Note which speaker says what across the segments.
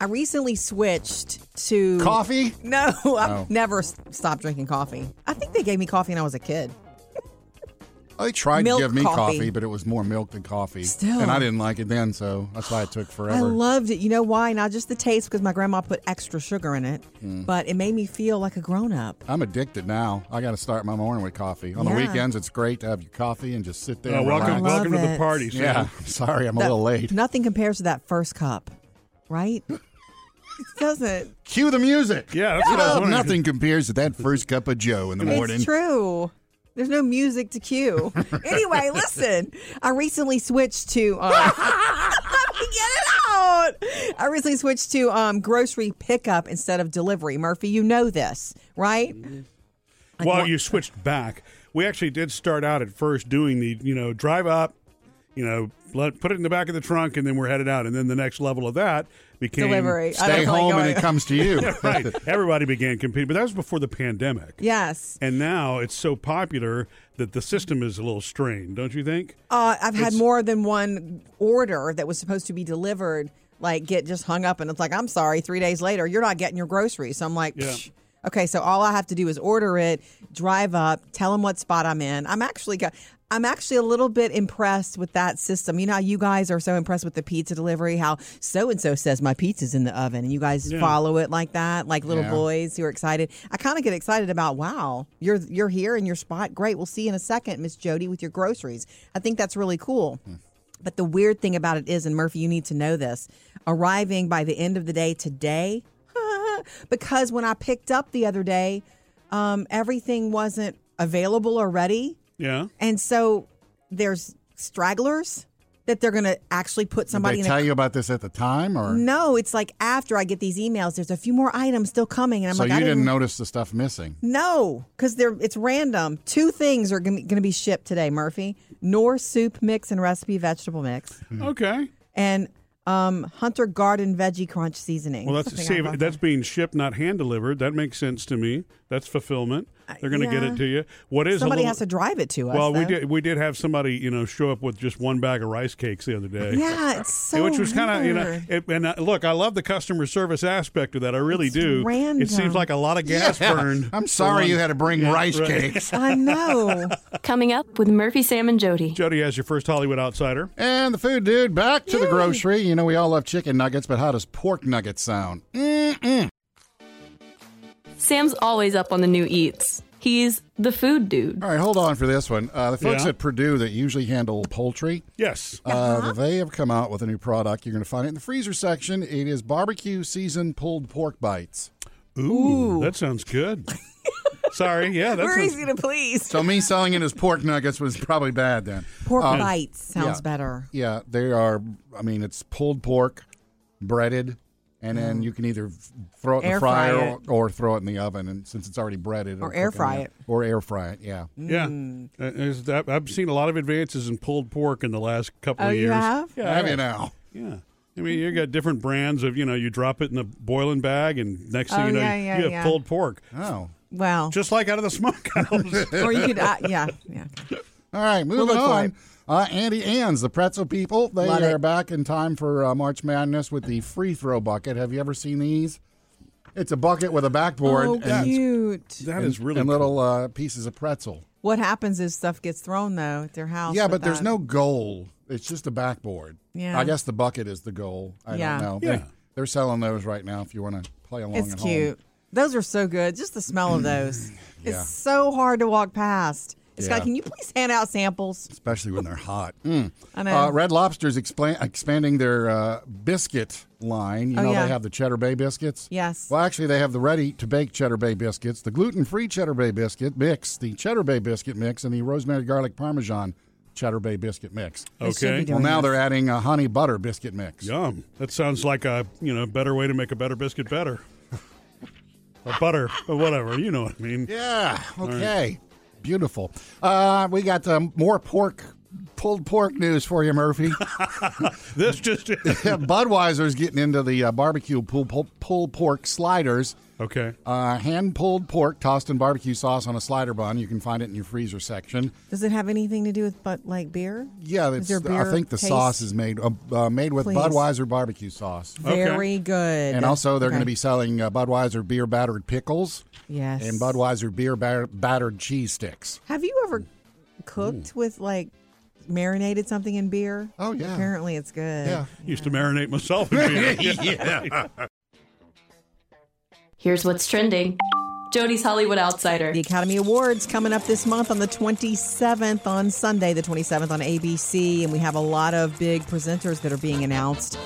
Speaker 1: I recently switched to
Speaker 2: Coffee?
Speaker 1: No, I've never s- stopped drinking coffee. I think they gave me coffee when I was a kid.
Speaker 2: They tried
Speaker 1: Milk
Speaker 2: to give me
Speaker 1: coffee.
Speaker 2: coffee. but it was more milk than coffee.
Speaker 1: Still.
Speaker 2: And I didn't like it then, so that's why it took
Speaker 1: I
Speaker 2: forever.
Speaker 1: loved it. You know why? Not just the taste because my grandma put extra sugar in it, but it made me feel like a grown up.
Speaker 2: I'm addicted now. I got to start my morning with coffee. On the
Speaker 1: Yeah.
Speaker 2: weekends, it's great to have your coffee and just sit there.
Speaker 3: Uh,
Speaker 2: and
Speaker 3: welcome,
Speaker 2: relax.
Speaker 1: Love
Speaker 3: welcome to the
Speaker 1: it.
Speaker 3: party. Sam.
Speaker 2: Yeah, sorry, I'm a little late.
Speaker 1: Nothing compares to that first cup, right? it doesn't.
Speaker 2: Cue the music.
Speaker 3: Yeah, that's what I was
Speaker 2: Oh,
Speaker 3: wondering.
Speaker 2: nothing compares to that first cup of Joe in the morning.
Speaker 1: It's true. There's no music to cue. anyway, listen. I recently switched to. Um, let me get it out. I recently switched to um, grocery pickup instead of delivery. Murphy, you know this, right?
Speaker 3: Well, you switched back. We actually did start out at first doing the, you know, drive up, you know, let, put it in the back of the trunk, and then we're headed out. And then the next level of that became
Speaker 1: Delivery. I
Speaker 2: Stay
Speaker 1: don't like
Speaker 2: home and
Speaker 1: going-
Speaker 2: it comes to you.
Speaker 3: Right. Everybody began competing, but that was before the pandemic.
Speaker 1: Yes.
Speaker 3: And now it's so popular that the system is a little strained, don't you think?
Speaker 1: Uh, I've had more than one order that was supposed to be delivered, like get just hung up, and it's like, I'm sorry, three days later, you're not getting your groceries. So I'm like,
Speaker 3: Yeah.
Speaker 1: "Psh." okay, so all I have to do is order it, drive up, tell them what spot I'm in. I'm actually, go- I'm actually a little bit impressed with that system. You know, how you guys are so impressed with the pizza delivery, how so and so says my pizza's in the oven, and you guys follow it like that, like little
Speaker 2: Yeah.
Speaker 1: boys who are excited. I kind of get excited about, wow, you're you're here in your spot. Great, we'll see you in a second, Miss Jody, with your groceries. I think that's really cool.
Speaker 2: Hmm.
Speaker 1: But the weird thing about it is, and Murphy, you need to know this, arriving by the end of the day today, because when I picked up the other day, um, everything wasn't available or ready.
Speaker 3: Yeah.
Speaker 1: And so there's stragglers that they're going to actually put
Speaker 2: Did
Speaker 1: somebody
Speaker 2: they
Speaker 1: in Mm, a
Speaker 2: tell you about this at the time, or
Speaker 1: no, it's like after I get these emails, there's a few more items still coming, and I'm
Speaker 2: so
Speaker 1: like,
Speaker 2: you
Speaker 1: I
Speaker 2: didn't notice the stuff missing?
Speaker 1: No, because they're it's random. Two things are going to be shipped today, Murphy: Nor soup mix and recipe vegetable mix,
Speaker 2: Mm-hmm.
Speaker 3: Okay.
Speaker 1: and um, Hunter Garden veggie crunch seasoning.
Speaker 3: Well, that's
Speaker 1: Something I
Speaker 3: save,
Speaker 1: love.
Speaker 3: that's being shipped, not hand delivered. That makes sense to me. That's fulfillment. They're going to get
Speaker 1: Uh, yeah.
Speaker 3: it to you. What is a
Speaker 1: somebody
Speaker 3: little-
Speaker 1: has to drive it to us.
Speaker 3: Well, we
Speaker 1: though.
Speaker 3: did we did have somebody you know show up with just one bag of rice cakes the other day.
Speaker 1: Yeah, it's so
Speaker 3: Which was kind of you know,
Speaker 1: oh, weird.
Speaker 3: it, and uh, look, I love the customer service aspect of that. I really do.
Speaker 1: random.
Speaker 3: It seems like a lot of gas
Speaker 2: Yeah.
Speaker 3: burned.
Speaker 2: I'm
Speaker 3: for
Speaker 2: sorry
Speaker 3: one-
Speaker 2: you had to bring
Speaker 3: Yeah,
Speaker 2: rice
Speaker 3: right.
Speaker 2: cakes.
Speaker 1: I know.
Speaker 4: Coming up with Murphy, Sam, and Jody.
Speaker 3: Jody has your first Hollywood outsider.
Speaker 2: And the food dude back to the grocery. You know we all love chicken nuggets, but how does pork nuggets sound? Mm. Mm-mm.
Speaker 4: Sam's always up on the new eats. He's the food dude.
Speaker 2: All right, hold on for this one. Uh, the folks
Speaker 3: Yeah.
Speaker 2: at Purdue that usually handle poultry,
Speaker 3: Yes.
Speaker 1: Uh-huh.
Speaker 2: uh, they have come out with a new product. You're going to find it in the freezer section. It is barbecue seasoned pulled pork bites.
Speaker 3: Ooh, that sounds good. sorry. Yeah, that
Speaker 1: We're
Speaker 3: sounds.
Speaker 1: easy to please.
Speaker 2: So me selling it as pork nuggets was probably bad then.
Speaker 1: Pork bites sounds
Speaker 2: yeah.
Speaker 1: better.
Speaker 2: Yeah, they are. I mean, it's pulled pork, breaded, and then you can either f- throw it
Speaker 1: Mm.
Speaker 2: in
Speaker 1: Air
Speaker 2: the
Speaker 1: fry
Speaker 2: fryer or, or throw it in the oven. And since it's already breaded, it'll
Speaker 1: Or air
Speaker 2: cook in
Speaker 1: fry
Speaker 2: the-
Speaker 1: it.
Speaker 2: Or air fry it. Yeah.
Speaker 3: Yeah, Uh, there's that- I've seen a lot of advances in pulled pork in the last couple
Speaker 1: Oh,
Speaker 3: of
Speaker 1: you
Speaker 3: years.
Speaker 1: have?
Speaker 3: Yeah, I
Speaker 2: Have it now.
Speaker 3: Yeah. I mean, you got different brands of, you know, you drop it in a boiling bag, and next thing
Speaker 1: Oh,
Speaker 3: you know,
Speaker 1: yeah,
Speaker 3: you-
Speaker 1: yeah,
Speaker 3: you have
Speaker 1: yeah.
Speaker 3: pulled pork,
Speaker 2: Oh.
Speaker 1: Wow.
Speaker 3: just like out of the smokehouse.
Speaker 1: or you could, uh, yeah, yeah.
Speaker 2: All right, moving
Speaker 1: look for it.
Speaker 2: on. Uh, Andy Ann's, the pretzel people, they
Speaker 1: Love
Speaker 2: are
Speaker 1: it.
Speaker 2: back in time for uh, March Madness with the free throw bucket. Have you ever seen these? It's a bucket with a backboard
Speaker 1: Oh,
Speaker 2: and,
Speaker 1: cute.
Speaker 3: that is really
Speaker 2: and
Speaker 3: cool.
Speaker 2: little uh, pieces of pretzel.
Speaker 1: What happens is stuff gets thrown though at their house.
Speaker 2: Yeah,
Speaker 1: with
Speaker 2: but there's
Speaker 1: that.
Speaker 2: no goal. It's just a backboard.
Speaker 1: Yeah.
Speaker 2: I guess the bucket is the goal. I
Speaker 1: Yeah.
Speaker 2: don't know.
Speaker 3: Yeah.
Speaker 2: They, they're selling those right now if you want to play along
Speaker 1: It's
Speaker 2: at Mm,
Speaker 1: cute. Those are so good. Just the smell of those.
Speaker 2: Yeah.
Speaker 1: It's so hard to walk past. It's
Speaker 2: Yeah.
Speaker 1: like, can you please hand out samples?
Speaker 2: especially when they're hot. Mm.
Speaker 1: I know.
Speaker 2: Uh, Red Lobster's expla- expanding their uh, biscuit line. You
Speaker 1: Oh,
Speaker 2: know,
Speaker 1: yeah.
Speaker 2: they have the Cheddar Bay biscuits.
Speaker 1: Yes.
Speaker 2: Well, actually, they have the ready to bake Cheddar Bay biscuits, the gluten free Cheddar Bay biscuit mix, the Cheddar Bay biscuit mix, and the rosemary garlic parmesan Cheddar Bay biscuit mix. Oh,
Speaker 1: They should be
Speaker 3: Okay.
Speaker 1: doing
Speaker 2: Well, now
Speaker 1: this.
Speaker 2: they're adding a honey butter biscuit mix.
Speaker 3: Yum. That sounds like a, you know, better way to make a better biscuit better. or butter, or whatever. You know what I mean.
Speaker 2: Yeah. Okay. Beautiful. Uh, we got um, more pork pulled pork news for you, Murphy.
Speaker 3: This just
Speaker 2: Budweiser's getting into the uh, barbecue pull, pull, pull pork sliders.
Speaker 3: okay.
Speaker 2: Uh, hand pulled pork tossed in barbecue sauce on a slider bun. You can find it in your freezer section.
Speaker 1: Does it have anything to do with but like beer?
Speaker 2: Yeah,
Speaker 1: Is
Speaker 2: it's,
Speaker 1: there
Speaker 2: I
Speaker 1: beer
Speaker 2: think the
Speaker 1: taste?
Speaker 2: sauce is made uh, uh, made with
Speaker 1: Please.
Speaker 2: Budweiser barbecue sauce.
Speaker 3: Okay.
Speaker 1: Very good.
Speaker 2: And also, they're
Speaker 1: Okay.
Speaker 2: going to be selling uh, Budweiser beer battered pickles
Speaker 1: yes.
Speaker 2: and Budweiser beer batter- battered cheese sticks.
Speaker 1: Have you
Speaker 2: Mm.
Speaker 1: ever cooked with like marinated something in beer?
Speaker 2: Oh, yeah.
Speaker 1: Apparently, it's good.
Speaker 2: Yeah.
Speaker 3: Used to marinate myself. in beer.
Speaker 2: yeah.
Speaker 4: Here's what's trending Jody's Hollywood Outsider.
Speaker 1: The Academy Awards coming up this month on the 27th on Sunday, the 27th on ABC, and we have a lot of big presenters that are being announced.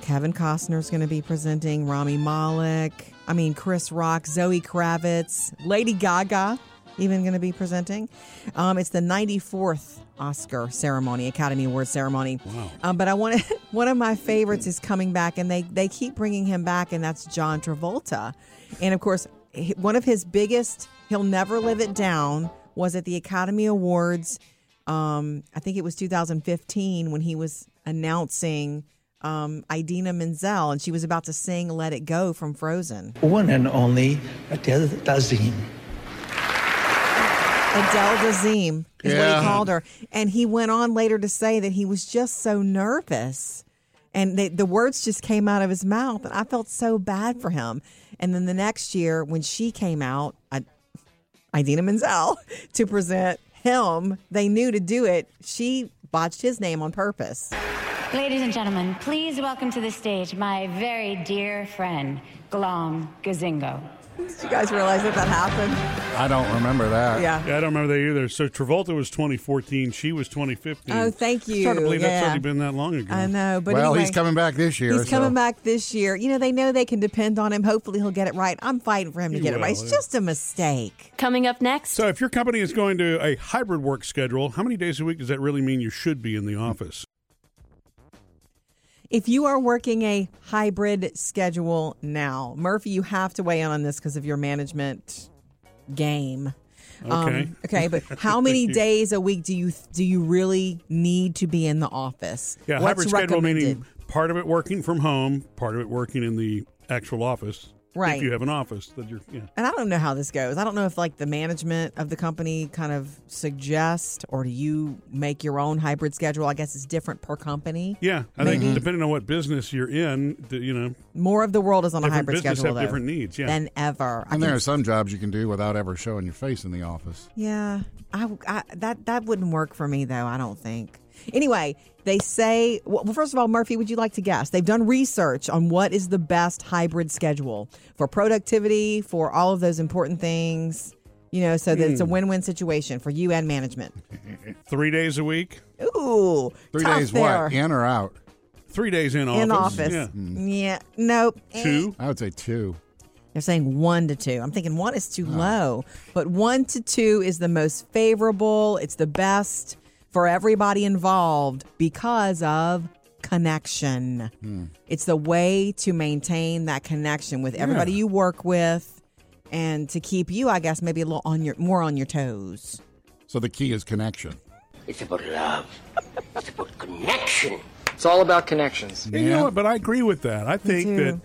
Speaker 1: Kevin Costner's going to be presenting, Rami Malek, I mean Chris Rock, Zoe Kravitz, Lady Gaga, even going to be presenting. Um, it's the 94th Oscar ceremony, Academy Award ceremony. Wow. Um, but I want to, one of my favorites is coming back, and they they keep bringing him back, and that's John Travolta, and of course he- one of his biggest, he'll never live it down, was at the Academy Awards. Um, I think it was 2015 when he was announcing um, Idina Menzel, and she was about to sing "Let It Go" from Frozen.
Speaker 5: one and only Adele Dazim.
Speaker 1: Adele Dazeem is what
Speaker 2: Yeah.
Speaker 1: he called her, and he went on later to say that he was just so nervous, and they, the words just came out of his mouth, and I felt so bad for him. And then the next year, when she came out, I, Idina Menzel to present him, they knew to do it. She botched his name on purpose.
Speaker 6: Ladies and gentlemen, please welcome to the stage my very dear friend, Glom Gazingo.
Speaker 1: Did you guys realize that that happened?
Speaker 2: I don't remember that.
Speaker 1: Yeah.
Speaker 3: Yeah, I don't remember that either. So Travolta was 2014. She was 2015.
Speaker 1: Oh, thank
Speaker 3: It's hard to
Speaker 1: you.
Speaker 3: believe
Speaker 1: Yeah.
Speaker 3: that's already been that long ago.
Speaker 1: I know, but
Speaker 2: well,
Speaker 1: anyway.
Speaker 2: he's coming back this year.
Speaker 1: He's coming
Speaker 2: so-
Speaker 1: back this year. You know, they know they can depend on him. Hopefully, he'll get it right. I'm fighting for him to
Speaker 3: He
Speaker 1: get it right.
Speaker 3: will,
Speaker 1: It's
Speaker 3: yeah.
Speaker 1: just a mistake.
Speaker 4: Coming up next,
Speaker 3: So if your company is going to a hybrid work schedule, how many days a week does that really mean you should be in the office?
Speaker 1: If you are working a hybrid schedule now, Murphy, you have to weigh in on this because of your management game. Um,
Speaker 3: Okay.
Speaker 1: okay, but how many
Speaker 3: you.
Speaker 1: days a week do you do you really need to be in the office?
Speaker 3: Yeah,
Speaker 1: What's
Speaker 3: hybrid schedule
Speaker 1: recommended?
Speaker 3: meaning part of it working from home, part of it working in the actual office.
Speaker 1: Right.
Speaker 3: If you have an office that you're yeah.
Speaker 1: and I don't know how this goes. I don't know if like the management of the company kind of suggest or do you make your own hybrid schedule? I guess it's different per company.
Speaker 3: Yeah, I think depending on what business you're in, the, you know,
Speaker 1: More of the world is on a
Speaker 3: different
Speaker 1: hybrid
Speaker 3: business
Speaker 1: schedule
Speaker 3: have
Speaker 1: though,
Speaker 3: different needs. Yeah.
Speaker 1: than ever. I
Speaker 2: And there
Speaker 1: can-
Speaker 2: are some jobs you can do without ever showing your face in the office.
Speaker 1: yeah, I, I- that that wouldn't work for me though. I don't think. Anyway, they say. Well, first of all, Murphy, would you like to guess? They've done research on what is the best hybrid schedule for productivity, for all of those important things. You know, so that it's
Speaker 3: Hmm.
Speaker 1: a win-win situation for you and management.
Speaker 3: Three days a week,
Speaker 1: Ooh,
Speaker 2: Three
Speaker 1: tough
Speaker 2: days
Speaker 1: there.
Speaker 2: what? In or out?
Speaker 3: three days in office.
Speaker 1: In office.
Speaker 3: Yeah.
Speaker 1: Yeah. Nope. Eh.
Speaker 3: Two.
Speaker 2: I would say two.
Speaker 1: They're saying one to two. I'm thinking one is
Speaker 3: Oh.
Speaker 1: too low, but one to two is the most favorable. It's the best for everybody involved because of connection.
Speaker 3: Hmm.
Speaker 1: It's the way to maintain that connection with everybody you work with and to keep you, I guess, maybe a little on your more on your toes.
Speaker 2: So the key is connection.
Speaker 7: It's about love. It's about connection.
Speaker 8: It's all about connections.
Speaker 3: And You know what? But I agree with that. I think
Speaker 1: too.
Speaker 3: that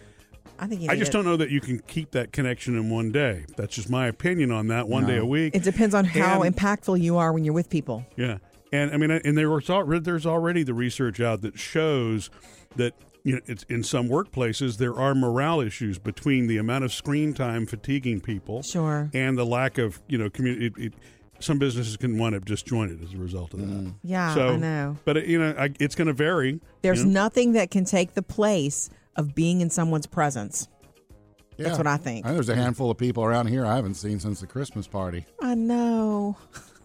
Speaker 1: I think you
Speaker 3: I
Speaker 1: need
Speaker 3: just
Speaker 1: it.
Speaker 3: don't know that you can keep that connection in one day. That's just my opinion on that. One day a week.
Speaker 1: It depends on how
Speaker 3: And-
Speaker 1: impactful you are when you're with people.
Speaker 3: Yeah, and I mean, and there was al- there's already the research out that shows that you know it's in some workplaces there are morale issues between the amount of screen time fatiguing people,
Speaker 1: Sure.
Speaker 3: and the lack of you know community. It, it, some businesses can wind up disjointed as a result of that.
Speaker 2: Mm.
Speaker 1: Yeah,
Speaker 3: so,
Speaker 1: I know.
Speaker 3: But it, you know, I, it's going to vary.
Speaker 1: There's
Speaker 3: you know?
Speaker 1: nothing that can take the place of being in someone's presence. That's
Speaker 2: Yeah.
Speaker 1: what I think.
Speaker 2: there's a handful of people around here I haven't seen since the Christmas party.
Speaker 1: I know.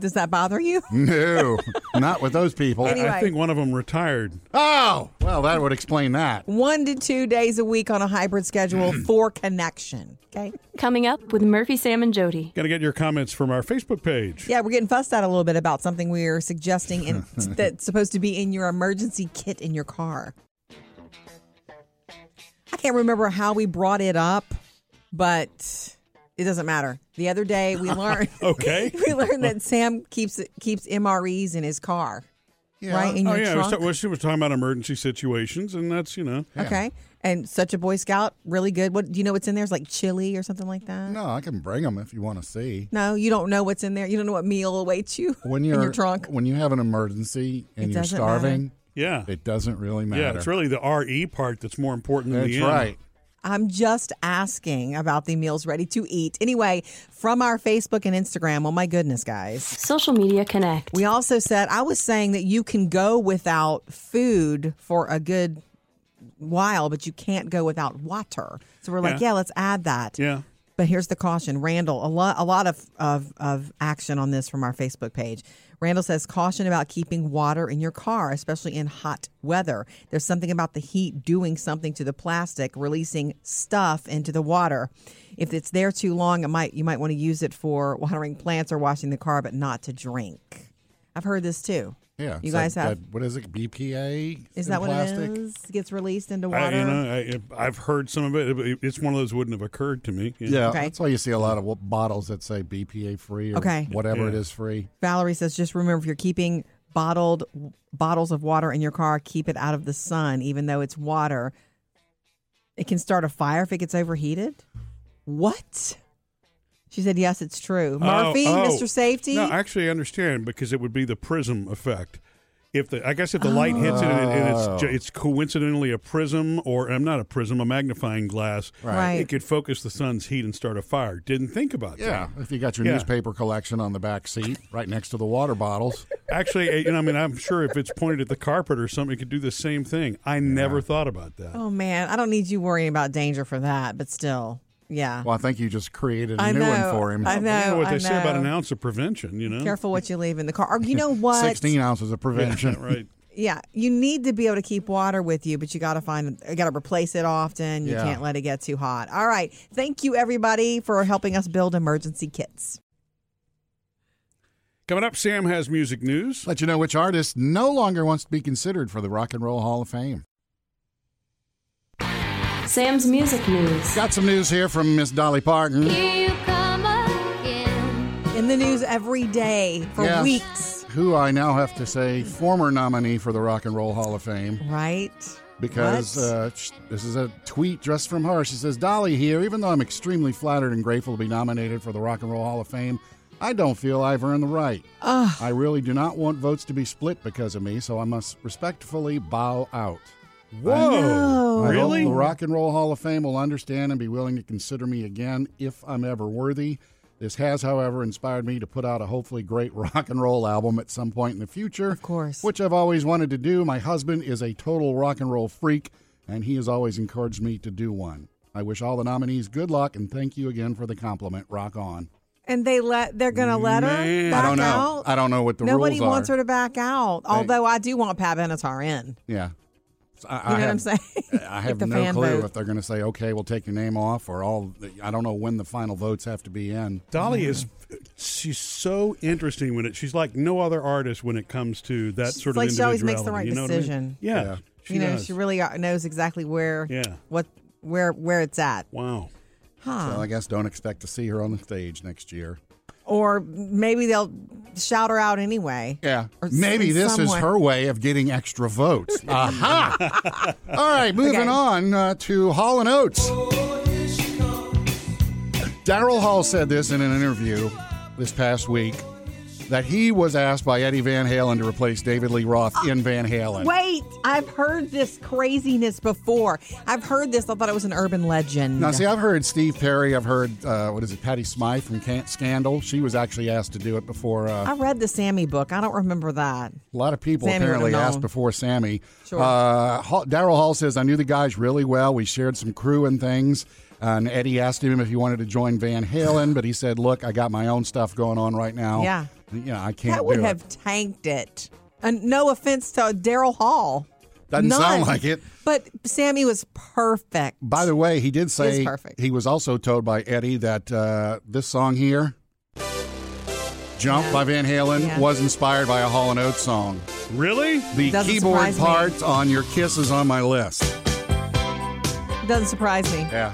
Speaker 1: Does that bother you?
Speaker 2: No, not with those people.
Speaker 1: Anyway.
Speaker 3: I think one of them retired.
Speaker 2: Oh, well, that would explain that.
Speaker 1: One to two days a week on a hybrid schedule for connection. Okay.
Speaker 4: coming up with Murphy, Sam, and Jody.
Speaker 3: Got to get your comments from our Facebook page.
Speaker 1: Yeah, we're getting fussed out a little bit about something we are suggesting in, that's supposed to be in your emergency kit in your car. I can't remember how we brought it up, but It doesn't matter. The other day we learned
Speaker 3: Okay.
Speaker 1: we learned that Sam keeps keeps MREs in his car. Right? In
Speaker 3: oh
Speaker 1: your
Speaker 3: yeah, we was
Speaker 1: trunk.
Speaker 3: ta- well, she was talking about emergency situations, and that's you know.
Speaker 1: Okay. And such a Boy Scout, really good. What do you know what's in there? It's like chili or something like that.
Speaker 2: No, I can bring them if you want to see.
Speaker 1: No, you don't know what's in there. You don't know what meal awaits you
Speaker 2: When
Speaker 1: in
Speaker 2: you're
Speaker 1: your trunk.
Speaker 2: when you have an emergency and
Speaker 1: It
Speaker 2: you're
Speaker 1: doesn't matter.
Speaker 2: starving,
Speaker 3: Yeah,
Speaker 2: it doesn't really matter.
Speaker 3: yeah. It's really the re part that's more important than
Speaker 2: That's
Speaker 3: the end.
Speaker 2: right.
Speaker 1: I'm just asking about the meals ready to eat. Anyway, from our Facebook and Instagram. Well, my goodness, guys.
Speaker 4: Social media connect.
Speaker 1: We also said I was saying that you can go without food for a good while, but you can't go without water. So we're like,
Speaker 3: Yeah.
Speaker 1: yeah, let's add that.
Speaker 3: Yeah.
Speaker 1: But here's the caution, Randall. A lot, a lot of, of of action on this from our Facebook page. Randall says caution about keeping water in your car, especially in hot weather. There's something about the heat doing something to the plastic, releasing stuff into the water. If it's there too long, it might you might want to use it for watering plants or washing the car, but not to drink. I've heard this too.
Speaker 2: Yeah.
Speaker 1: you
Speaker 2: it's
Speaker 1: guys
Speaker 2: that-
Speaker 1: have.
Speaker 2: that- what is it? BPA?
Speaker 1: is
Speaker 2: in
Speaker 1: that what
Speaker 2: plastic?
Speaker 1: it is? Gets released into water.
Speaker 3: I, you know, I, I've heard some of it. but it- It's one of those wouldn't have occurred to me. you know.
Speaker 2: Yeah,
Speaker 1: Okay.
Speaker 2: that's why you see a lot of w- bottles that say BPA free or
Speaker 1: Okay.
Speaker 2: whatever it
Speaker 3: Yeah.
Speaker 2: is free.
Speaker 1: Valerie says, just remember if you're keeping bottled bottles of water in your car, keep it out of the sun, even though it's water. It can start a fire if it gets overheated. What? She said, yes, it's true. Murphy,
Speaker 3: Oh, oh.
Speaker 1: Mr. Safety.
Speaker 3: No, I actually understand because it would be the prism effect. If the, I guess if the light hits it and, it- and it's
Speaker 2: Oh.
Speaker 3: ju- it's coincidentally a prism or I'm not a prism, a magnifying glass.
Speaker 1: Right.
Speaker 3: It could focus the sun's heat and start a fire. Didn't think about
Speaker 2: Yeah, if you got your
Speaker 3: Yeah.
Speaker 2: newspaper collection on the back seat, right next to the water bottles.
Speaker 3: that. Actually, eh, you know, I mean, I'm sure if it's pointed at the carpet or something, it could do the same thing. I never thought about that.
Speaker 1: oh, man. I don't need you worrying about danger for that, but still. Yeah.
Speaker 2: Well, I think you just created a
Speaker 1: I
Speaker 2: new
Speaker 1: know,
Speaker 2: one for him.
Speaker 1: I
Speaker 3: You know
Speaker 1: No,
Speaker 3: what
Speaker 1: I
Speaker 3: they say about
Speaker 1: know.
Speaker 3: an ounce of prevention, you know?
Speaker 1: Careful what you leave in the car. Or you know what?
Speaker 2: Sixteen ounces of prevention.
Speaker 3: Yeah, right.
Speaker 1: Yeah, you need to be able to keep water with you, but you got to find, you got to replace it often. You
Speaker 2: Yeah.
Speaker 1: can't let it get too hot. All right. Thank you, everybody, for helping us build emergency kits.
Speaker 3: Coming up, Sam has music news.
Speaker 2: Let you know which artist no longer wants to be considered for the Rock and Roll Hall of Fame.
Speaker 4: Sam's music news.
Speaker 2: Got some news here from Miss Dolly Parton.
Speaker 1: In the news every day for
Speaker 2: Yes.
Speaker 1: weeks,
Speaker 2: Who I now have to say former nominee for the Rock and Roll Hall of Fame
Speaker 1: right?
Speaker 2: because
Speaker 1: What?
Speaker 2: uh, sh- this is a tweet just from her. She says, Dolly here, even though I'm extremely flattered and grateful to be nominated for the Rock and Roll Hall of Fame, I don't feel I've earned the right. I really do not want votes to be split because of me, so I must respectfully bow out.
Speaker 3: Whoa.
Speaker 2: I hope
Speaker 3: Really?
Speaker 2: the Rock and Roll Hall of Fame will understand and be willing to consider me again if I'm ever worthy. This has, however, inspired me to put out a hopefully great rock and roll album at some point in the future. Of
Speaker 1: course.
Speaker 2: Which I've always wanted to do. My husband is a total rock and roll freak, and he has always encouraged me to do one. I wish all the nominees good luck and thank you again for the compliment. Rock on.
Speaker 1: And they let they're gonna let her
Speaker 3: Man.
Speaker 1: back
Speaker 2: I don't know.
Speaker 1: out.
Speaker 2: I don't know what the
Speaker 1: Nobody
Speaker 2: rules
Speaker 1: wants
Speaker 2: are.
Speaker 1: her to back out. Although I do want Pat Benatar in.
Speaker 2: Yeah. I,
Speaker 1: You know what I'm saying?
Speaker 2: I
Speaker 1: With
Speaker 2: have
Speaker 1: the
Speaker 2: no
Speaker 1: fan
Speaker 2: clue
Speaker 1: vote.
Speaker 2: if they're going to say, okay, we'll take your name off, or all. I don't know when the final votes have to be in.
Speaker 3: Dolly is she's so interesting when it she's like no other artist when it comes to that
Speaker 1: It's
Speaker 3: sort
Speaker 1: like
Speaker 3: of
Speaker 1: she always makes the
Speaker 3: individuality,
Speaker 1: right
Speaker 3: you know what
Speaker 1: decision.
Speaker 3: I mean? Yeah.
Speaker 2: Yeah.
Speaker 3: She
Speaker 1: you know,
Speaker 3: does.
Speaker 1: she really uh, knows exactly where
Speaker 3: Yeah.
Speaker 1: what where where it's at.
Speaker 3: Wow.
Speaker 1: Huh.
Speaker 2: So I guess don't expect to see her on the stage next year.
Speaker 1: or maybe they'll shout her out anyway.
Speaker 2: Yeah.
Speaker 1: Or
Speaker 2: Maybe
Speaker 1: in
Speaker 2: this
Speaker 1: some
Speaker 2: is
Speaker 1: way.
Speaker 2: her way of getting extra votes. Aha! All right, moving
Speaker 1: Okay.
Speaker 2: on uh, to Hall and Oates. Daryl Hall said this in an interview this past week that he was asked by Eddie Van Halen to replace David Lee Roth in Van Halen.
Speaker 1: Wait, I've heard this craziness before. I've heard this. I thought it was an urban legend.
Speaker 2: Now, see, I've heard Steve Perry. I've heard uh, what is it, Patty Smythe from Can- Scandal. She was actually asked to do it before. Uh,
Speaker 1: I read the Sammy book. I don't remember that.
Speaker 2: a lot of people
Speaker 1: Sammy would've
Speaker 2: apparently
Speaker 1: known.
Speaker 2: asked before Sammy.
Speaker 1: Sure.
Speaker 2: Uh, Hall- Daryl Hall says I knew the guys really well. We shared some crew and things. Uh, And Eddie asked him if he wanted to join Van Halen, but he said, "Look, I got my own stuff going on right now.
Speaker 1: Yeah.
Speaker 2: you know, I can't
Speaker 1: That would
Speaker 2: do
Speaker 1: have
Speaker 2: it."
Speaker 1: tanked it. And no offense to Daryl Hall.
Speaker 2: Doesn't
Speaker 1: None.
Speaker 2: sound like it.
Speaker 1: But Sammy was perfect.
Speaker 2: By the way, he did say
Speaker 1: perfect.
Speaker 2: he was also told by Eddie that uh, this song here, "Jump" by Van Halen,
Speaker 1: Yeah.
Speaker 2: was inspired by a Hall and Oates song.
Speaker 3: Really?
Speaker 2: The
Speaker 1: Doesn't
Speaker 2: keyboard
Speaker 1: surprise me.
Speaker 2: part on your kiss is on my list.
Speaker 1: Doesn't surprise me.
Speaker 2: Yeah.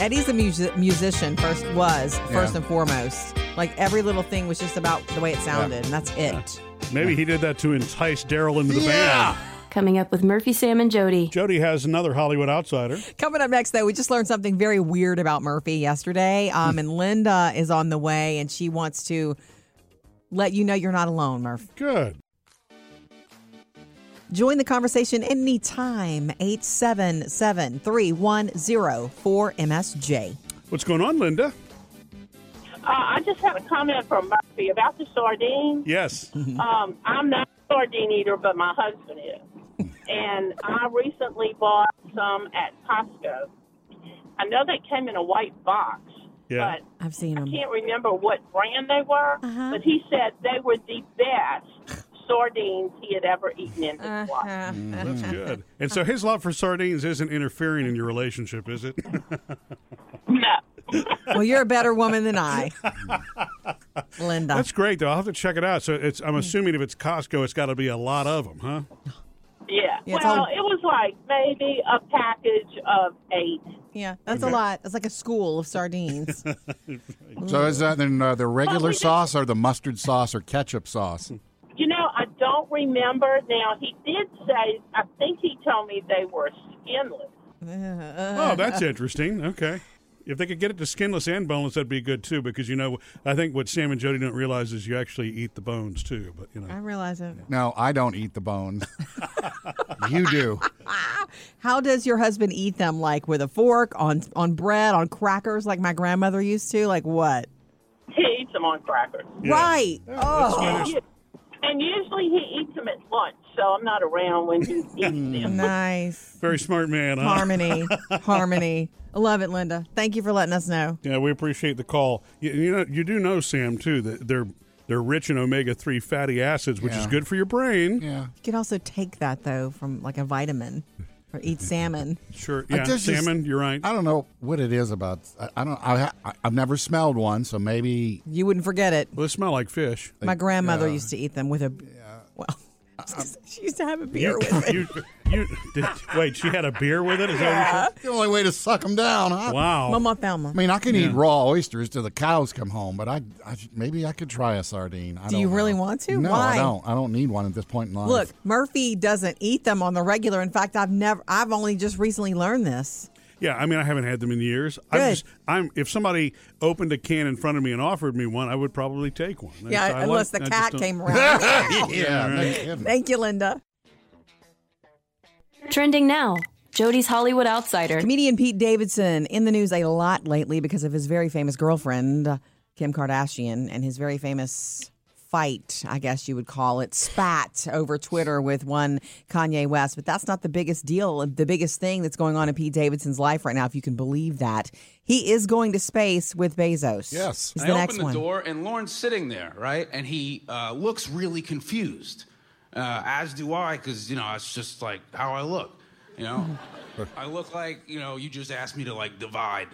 Speaker 1: Eddie's a music- musician, first was, first
Speaker 2: Yeah.
Speaker 1: and foremost. Like every little thing was just about the way it sounded, and that's it.
Speaker 3: Maybe he did that to entice Daryl into the band.
Speaker 4: Coming up with Murphy, Sam, and Jody.
Speaker 3: Jody has another Hollywood outsider.
Speaker 1: Coming up next, though, we just learned something very weird about Murphy yesterday. Um, and Linda is on the way, and she wants to let you know you're not alone, Murph.
Speaker 3: Good.
Speaker 1: Join the conversation anytime, 877 310 4MSJ.
Speaker 3: What's going on, Linda?
Speaker 9: Uh, I just had a comment from Murphy about the sardines.
Speaker 3: Yes.
Speaker 1: Mm-hmm.
Speaker 9: Um, I'm not a sardine eater, but my husband is. and I recently bought some at Costco. I know they came in a white box,
Speaker 3: Yeah.
Speaker 9: but
Speaker 1: I've seen
Speaker 9: I
Speaker 1: them.
Speaker 9: can't remember what brand they were.
Speaker 1: Uh-huh.
Speaker 9: But he said they were the best sardines he had ever eaten in his
Speaker 1: Uh-huh.
Speaker 9: life.
Speaker 3: That's good. And so his love for sardines isn't interfering in your relationship, is it?
Speaker 9: No.
Speaker 1: Well, you're a better woman than I, Linda.
Speaker 3: That's great, though. I'll have to check it out. So it's
Speaker 1: Mm.
Speaker 3: I'm assuming if it's Costco, it's got to be a lot of them, huh?
Speaker 9: Yeah.
Speaker 1: Yeah, it's
Speaker 9: well,
Speaker 1: all-
Speaker 9: it was like maybe a package of eight.
Speaker 1: Yeah, that's a lot. That's like a school of sardines.
Speaker 2: So is that then uh, the regular sauce or the mustard sauce or ketchup sauce?
Speaker 9: You know, I don't remember. Now, he did say, I think he told me they were skinless.
Speaker 3: oh, that's interesting. Okay. If they could get it to skinless and boneless, that'd be good too. Because you know, I think what Sam and Jody don't realize is you actually eat the bones too. But you
Speaker 1: I
Speaker 3: know,
Speaker 1: realize it.
Speaker 2: No, I don't eat the bones. you do.
Speaker 1: How does your husband eat them? Like with a fork, on on bread, on crackers, like my grandmother used to? Like what?
Speaker 9: He eats them on crackers.
Speaker 1: Right. Oh,
Speaker 9: And, u- and usually he eats them at lunch, so I'm not around when he eats
Speaker 1: Mm.
Speaker 9: them.
Speaker 1: nice.
Speaker 3: very smart man. Huh?
Speaker 1: Harmony. Harmony. I love it, Linda. Thank you for letting us know.
Speaker 3: Yeah, we appreciate the call. You, you know, you do know Sam too that they're they're rich in omega three fatty acids, which is
Speaker 2: Yeah.
Speaker 3: good for your brain.
Speaker 2: Yeah.
Speaker 1: You could also take that, though, from like a vitamin or eat salmon.
Speaker 3: Sure.
Speaker 2: I
Speaker 3: Yeah,
Speaker 2: just-
Speaker 3: salmon. you're right.
Speaker 2: I don't know what it is about. I, I don't. I, I, I've never smelled one, so maybe
Speaker 1: You wouldn't forget it.
Speaker 3: Well, they smell like fish.
Speaker 1: My grandmother used to eat them with a. Well, she used to have a beer
Speaker 3: You,
Speaker 1: with it.
Speaker 3: you, you did, wait. She had a beer with it. Is that
Speaker 2: the only way to suck them down. Huh?
Speaker 3: what you Wow.
Speaker 1: Mama Thelma.
Speaker 2: I mean, I can eat raw oysters till the cows come home, but I, I maybe I could try a sardine. I
Speaker 1: Do
Speaker 2: don't
Speaker 1: you really
Speaker 2: know.
Speaker 1: want to?
Speaker 2: No,
Speaker 1: Why?
Speaker 2: I don't. I don't need one at this point in life.
Speaker 1: Look, Murphy doesn't eat them on the regular. In fact, I've never, I've only just recently learned this.
Speaker 3: Yeah, I mean, I haven't had them in years.
Speaker 1: Good.
Speaker 3: I'm just, I'm if somebody opened a can in front of me and offered me one, I would probably take one. And so
Speaker 1: Yeah,
Speaker 3: I
Speaker 1: unless
Speaker 3: like-
Speaker 1: the
Speaker 3: I just
Speaker 1: cat
Speaker 3: don't-
Speaker 1: came around.
Speaker 2: yeah, no
Speaker 3: right.
Speaker 2: kidding.
Speaker 1: Thank you, Linda.
Speaker 4: Trending now. Jody's Hollywood Outsider.
Speaker 1: Comedian Pete Davidson in the news a lot lately because of his very famous girlfriend, Kim Kardashian, and his very famous fight, I guess you would call it, spat over Twitter with one Kanye West. But that's not the biggest deal, the biggest thing that's going on in Pete Davidson's life right now, if you can believe that. He is going to space with Bezos.
Speaker 2: Yes.
Speaker 1: He's
Speaker 10: I
Speaker 1: the
Speaker 10: open
Speaker 1: next
Speaker 10: the
Speaker 1: one.
Speaker 10: door, and Lauren's sitting there, right? And he uh, looks really confused, uh, as do I, because you know it's just like how I look. You know, I look like you know you just asked me to like divide.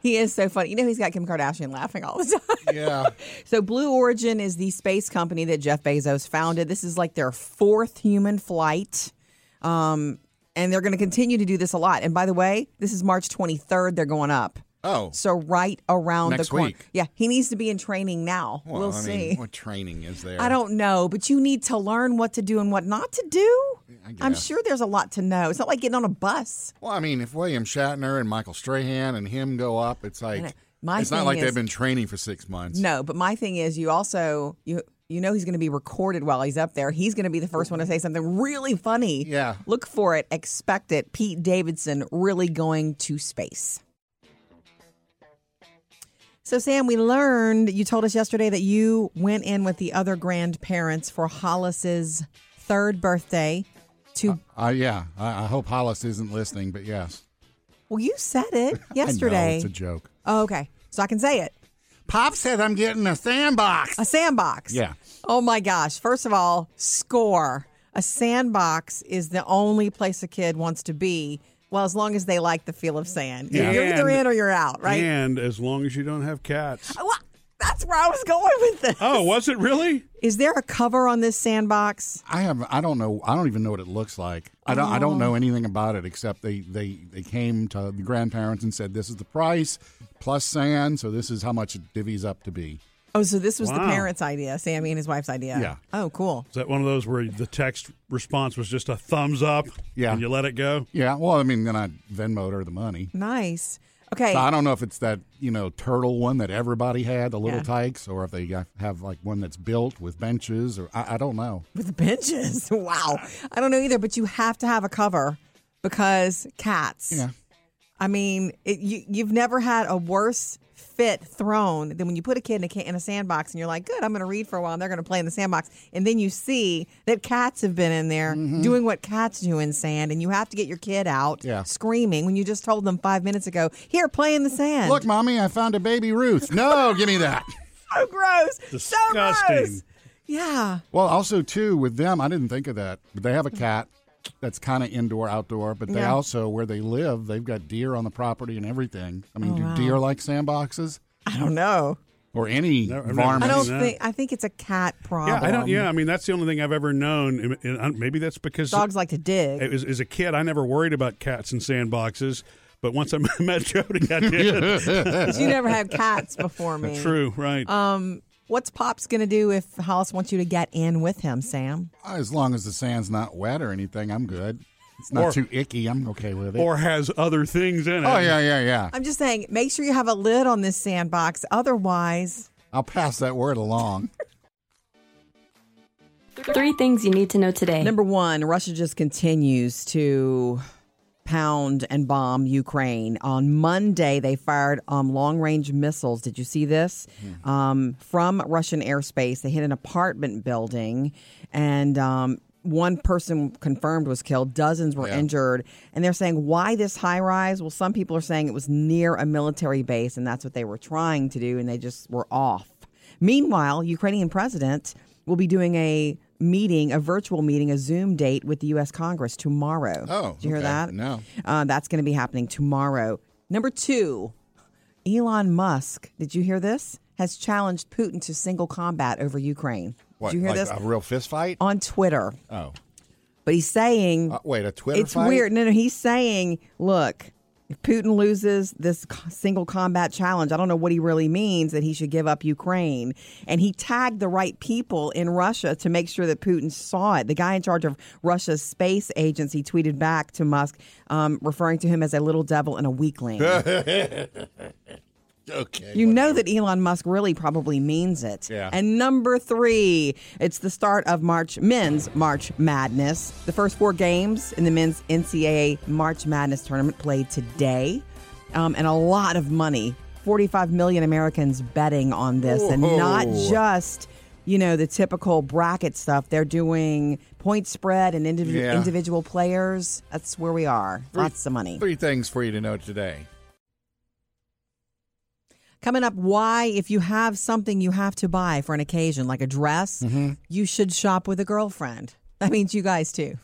Speaker 1: He is so funny. You know, he's got Kim Kardashian laughing all the time.
Speaker 2: Yeah.
Speaker 1: So, Blue Origin is the space company that Jeff Bezos founded. This is like their fourth human flight. Um, and they're going to continue to do this a lot. And by the way, this is March 23rd. They're going up.
Speaker 2: Oh.
Speaker 1: So, right around
Speaker 2: Next
Speaker 1: the corner.
Speaker 2: week.
Speaker 1: Yeah. He needs to be in training now.
Speaker 2: Well,
Speaker 1: we'll
Speaker 2: I
Speaker 1: see.
Speaker 2: mean, what training is there?
Speaker 1: I don't know, but you need to learn what to do and what not to do. I'm
Speaker 2: guess.
Speaker 1: sure there's a lot to know. It's not like getting on a bus.
Speaker 2: Well, I mean, if William Shatner and Michael Strahan and him go up, it's
Speaker 1: know.
Speaker 2: like
Speaker 1: My
Speaker 2: it's not
Speaker 1: thing
Speaker 2: like
Speaker 1: is-
Speaker 2: they've been training for six months.
Speaker 1: No, but my thing is, you also you you know he's going to be recorded while he's up there. He's going to be the first one to say something really funny.
Speaker 2: Yeah.
Speaker 1: look for it, expect it. Pete Davidson really going to space. So Sam, we learned you told us yesterday that you went in with the other grandparents for Hollis's third birthday. To
Speaker 2: Uh, yeah, I, I hope Hollis isn't listening, but yes,
Speaker 1: well, you said it
Speaker 2: I know
Speaker 1: yesterday.
Speaker 2: it's a joke.
Speaker 1: oh, okay, so I can say it.
Speaker 2: Pop said I'm getting a sandbox.
Speaker 1: A sandbox.
Speaker 2: Yeah.
Speaker 1: Oh my gosh. First of all, score. A sandbox is the only place a kid wants to be. Well, as long as they like the feel of sand.
Speaker 3: Yeah.
Speaker 1: You're either
Speaker 3: And-
Speaker 1: in or you're out, right?
Speaker 3: And as long as you don't have cats,
Speaker 1: Well, that- That's where I was going with this.
Speaker 3: Oh, was it really?
Speaker 1: Is there a cover on this sandbox?
Speaker 2: I have I don't know I don't even know what it looks like. I don't I
Speaker 1: Oh.
Speaker 2: don't know anything about it except they they they came to the grandparents and said this is the price plus sand, so this is how much it divvies up to be.
Speaker 1: Oh, so this was the
Speaker 3: Wow.
Speaker 1: parents' idea, Sammy and his wife's idea.
Speaker 2: Yeah.
Speaker 1: Oh, cool.
Speaker 3: Is that one of those where the text response was just a thumbs up?
Speaker 2: Yeah.
Speaker 3: And you let it go?
Speaker 2: Yeah, well, I mean, then I Venmoed her the money.
Speaker 1: Nice. Okay.
Speaker 2: So I don't know if it's that you know turtle one that everybody had, the little
Speaker 1: Yeah.
Speaker 2: tykes, or if they got- have like one that's built with benches, or I, I don't know.
Speaker 1: With benches. Wow. I don't know either, but you have to have a cover because cats.
Speaker 2: Yeah.
Speaker 1: I mean, it, you, you've never had a worse fit thrown than when you put a kid in a, ca- in a sandbox and you're like, good, I'm going to read for a while and they're going to play in the sandbox. And then you see that cats have been in there
Speaker 3: Mm-hmm.
Speaker 1: doing what cats do in sand and you have to get your kid out
Speaker 2: Yeah.
Speaker 1: screaming when you just told them five minutes ago, here, play in the sand.
Speaker 2: Look, mommy, I found a baby Ruth. No, give me that.
Speaker 1: so gross. So gross.
Speaker 3: Disgusting.
Speaker 1: Yeah.
Speaker 2: Well, also too with them, I didn't think of that, but they have a cat that's kind of indoor outdoor, but they
Speaker 1: Mm. Yeah.
Speaker 2: also where they live, they've got deer on the property and everything. I mean,
Speaker 1: Oh,
Speaker 2: do
Speaker 1: wow.
Speaker 2: deer like sandboxes
Speaker 1: I don't know.
Speaker 2: or any
Speaker 3: No, I've never
Speaker 2: varmint?
Speaker 1: I
Speaker 3: I
Speaker 1: don't
Speaker 3: mean, uh,
Speaker 1: think, I think it's a cat problem.
Speaker 3: Yeah, I don't. Yeah, I mean that's the only thing I've ever known. and- and, uh, maybe that's because
Speaker 1: Dogs like to dig.
Speaker 3: as, as a kid, I never worried about cats and sandboxes. But once I met Jody, I did.
Speaker 1: Because you never had cats before me.
Speaker 3: True, right?
Speaker 1: Um, What's Pops going to do if Hollis wants you to get in with him, Sam?
Speaker 2: As long as the sand's not wet or anything, I'm good. It's not
Speaker 3: Or-
Speaker 2: too icky. I'm okay with it.
Speaker 3: or has other things in it?
Speaker 2: oh yeah, yeah, yeah.
Speaker 1: I'm just saying, make sure you have a lid on this sandbox. Otherwise,
Speaker 2: I'll pass that word along.
Speaker 4: Three things you need to know today.
Speaker 1: number one, Russia just continues to pound and bomb Ukraine. On Monday, they fired um, long range missiles. Did you see this? Um, from Russian airspace, they hit an apartment building and. Um, one person confirmed was killed, dozens were injured, and they're saying why this high rise? Well, some people are saying it was near a military base and that's what they were trying to do and they just were off. Meanwhile, Ukrainian president will be doing a meeting, a virtual meeting, a Zoom date with the US Congress tomorrow.
Speaker 2: Oh,
Speaker 1: Did you hear
Speaker 2: okay.
Speaker 1: that?
Speaker 2: No.
Speaker 1: Uh, that's going to be happening tomorrow. Number two, Elon Musk. Did you hear this? Has challenged Putin to single combat over Ukraine.
Speaker 2: What?
Speaker 1: Did you hear
Speaker 2: like
Speaker 1: this
Speaker 2: a real fist fight?
Speaker 1: on Twitter?
Speaker 2: Oh,
Speaker 1: But he's saying
Speaker 2: Uh, wait, a Twitter
Speaker 1: it's
Speaker 2: fight?
Speaker 1: weird. No, no, he's saying, look, if Putin loses this co- single combat challenge, I don't know what he really means that he should give up Ukraine. And he tagged the right people in Russia to make sure that Putin saw it. The guy in charge of Russia's space agency tweeted back to Musk, um, referring to him as a little devil and a weakling.
Speaker 2: Okay.
Speaker 1: You know that Elon Musk really probably means it.
Speaker 2: Yeah.
Speaker 1: And number three, it's the start of March men's March Madness. The first four games in the men's NCAA March Madness tournament played today, um, and a lot of money. 45 million Americans betting on this, and not
Speaker 2: Whoa.
Speaker 1: just you know the typical bracket stuff. They're doing point spread and indiv-
Speaker 2: Yeah.
Speaker 1: individual players. That's where we are. Lots of money.
Speaker 2: Three things for you to know today.
Speaker 1: Coming up, why, if you have something you have to buy for an occasion, like a dress, you should shop with a girlfriend. That means you guys too.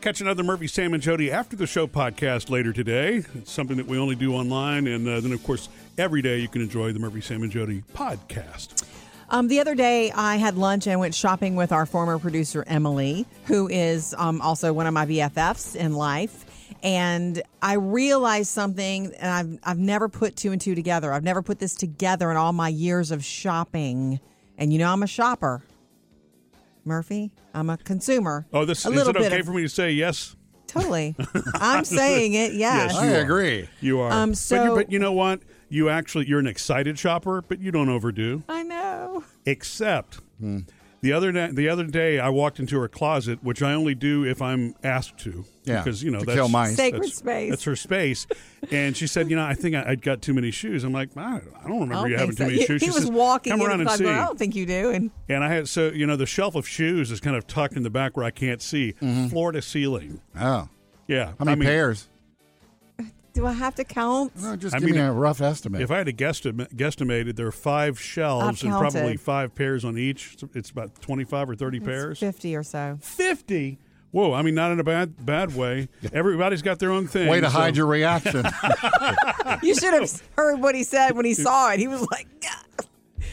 Speaker 3: Catch another Murphy, Sam, and Jody after the show podcast later today. It's something that we only do online, and uh, then of course every day you can enjoy the Murphy, Sam, and Jody podcast.
Speaker 1: Um, the other day, I had lunch and went shopping with our former producer, Emily, who is um, also one of my BFFs in life. And I realized something, and I've, I've never put two and two together. I've never put this together in all my years of shopping. And you know, I'm a shopper. Murphy, I'm a consumer.
Speaker 3: Oh, this
Speaker 1: a
Speaker 3: is it
Speaker 1: bit
Speaker 3: okay
Speaker 1: of-
Speaker 3: for me to say yes?
Speaker 1: Totally. I'm saying it, yes.
Speaker 3: Yes,
Speaker 2: I agree.
Speaker 3: You are.
Speaker 1: Um,
Speaker 3: but,
Speaker 1: so-
Speaker 3: you, but you know what? You actually you're an excited shopper, but you don't overdo.
Speaker 1: I know.
Speaker 3: Except
Speaker 1: Hmm.
Speaker 3: the other na- the other day, I walked into her closet, which I only do if I'm asked to.
Speaker 2: Yeah,
Speaker 3: because you know
Speaker 2: to
Speaker 3: that's
Speaker 2: kill mice.
Speaker 1: Sacred
Speaker 3: that's-
Speaker 1: space.
Speaker 3: That's her space. and she said, you know, I think I, I got too many shoes. I'm like, I don't, I don't remember
Speaker 1: I don't
Speaker 3: you having
Speaker 1: think so.
Speaker 3: too many
Speaker 1: He,
Speaker 3: shoes.
Speaker 1: he
Speaker 3: She
Speaker 1: was
Speaker 3: says,
Speaker 1: walking
Speaker 3: Come
Speaker 1: in
Speaker 3: around
Speaker 1: the
Speaker 3: and
Speaker 1: club.
Speaker 3: see.
Speaker 1: going, I don't think you do. And
Speaker 3: And I had so you know the shelf of shoes is kind of tucked in the back where I can't see, floor to ceiling.
Speaker 2: Oh,
Speaker 3: Yeah,
Speaker 2: Mm-hmm. how many
Speaker 3: I mean,
Speaker 2: pairs?
Speaker 1: do I have to count?
Speaker 2: No, just
Speaker 3: I
Speaker 2: give
Speaker 3: mean,
Speaker 2: me a rough estimate.
Speaker 3: If I had to guesstim- guesstimate, there are five
Speaker 1: I've
Speaker 3: shelves and probably
Speaker 1: counted.
Speaker 3: five pairs on each. It's- It's about twenty-five or thirty pairs.
Speaker 1: It's 50 or so.
Speaker 3: Fifty. Whoa, I mean, not in a bad bad way. Everybody's got their own thing.
Speaker 2: Way to
Speaker 3: so-
Speaker 2: hide your reaction.
Speaker 1: You should have heard what he said when he saw it. He was like,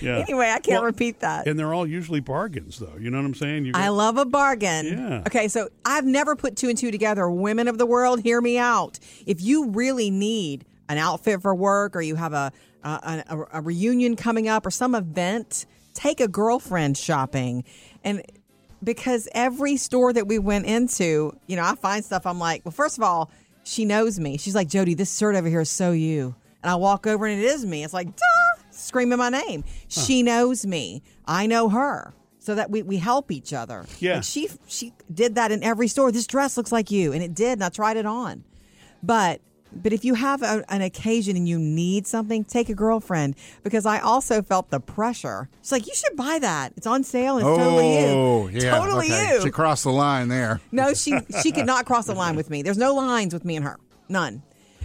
Speaker 3: Yeah.
Speaker 1: anyway, I can't
Speaker 3: Well,
Speaker 1: repeat that.
Speaker 3: And they're all usually bargains, though. You know what I'm saying? You're,
Speaker 1: I love a bargain.
Speaker 3: Yeah.
Speaker 1: Okay, so I've never put two and two together. Women of the world, hear me out. If you really need an outfit for work or you have a a, a, a reunion coming up or some event, take a girlfriend shopping. And because every store that we went into, you know, I find stuff I'm like, well, first of all, she knows me. She's like, Jody, this shirt over here is so you. And I walk over and it is me. It's like, duh, screaming my name. She knows me. I know her. So that we, we help each other.
Speaker 3: Yeah.
Speaker 1: Like she she did that in every store. This dress looks like you, and it did, and I tried it on. But but if you have a, an occasion and you need something, take a girlfriend because I also felt the pressure. She's like, you should buy that. It's on sale. And it's totally you.
Speaker 2: oh, yeah.
Speaker 1: totally
Speaker 2: okay.
Speaker 1: you.
Speaker 2: She crossed the line there.
Speaker 1: No, she she could not cross the line with me. There's no lines with me and her, none.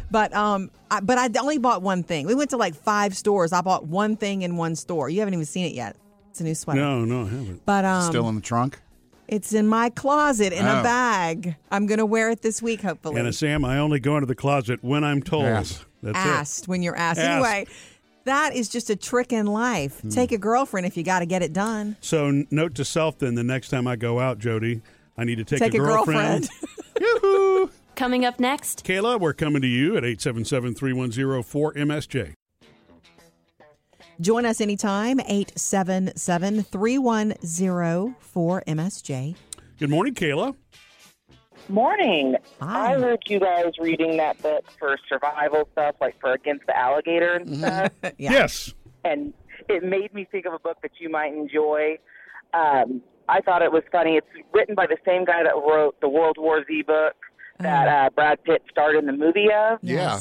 Speaker 1: But um, I, but I only bought one thing. We went to like five stores. I bought one thing in one store. You haven't even seen it yet. It's a new sweater.
Speaker 3: no, no, I haven't.
Speaker 1: But um,
Speaker 2: Still in the trunk.
Speaker 1: it's in my closet in
Speaker 2: Oh.
Speaker 1: a bag. I'm gonna wear it this week, hopefully.
Speaker 3: And uh, Sam, I only go into the closet when I'm told.
Speaker 2: Yes.
Speaker 3: That's
Speaker 1: asked when you're asked.
Speaker 3: Asked.
Speaker 1: Anyway, that is just a trick in life. Take a girlfriend if you got to get it done.
Speaker 3: it. So, n- note to self then: the next time I go out, Jody, I need to take,
Speaker 1: Take a girlfriend.
Speaker 3: Yoo-hoo.
Speaker 4: Coming up next,
Speaker 3: Kayla, we're coming to you at 877-310-4MSJ.
Speaker 1: Join us anytime, 877 310 msj
Speaker 3: Good morning, Kayla.
Speaker 11: Morning.
Speaker 1: Hi.
Speaker 11: I heard you guys reading that book for survival stuff, like for Against the Alligator and stuff,
Speaker 1: Yeah.
Speaker 3: Yes.
Speaker 11: and it made me think of a book that you might enjoy. Um, I thought it was funny. It's written by the same guy that wrote the World War Z book that uh, Brad Pitt starred in the movie of.
Speaker 2: Yeah.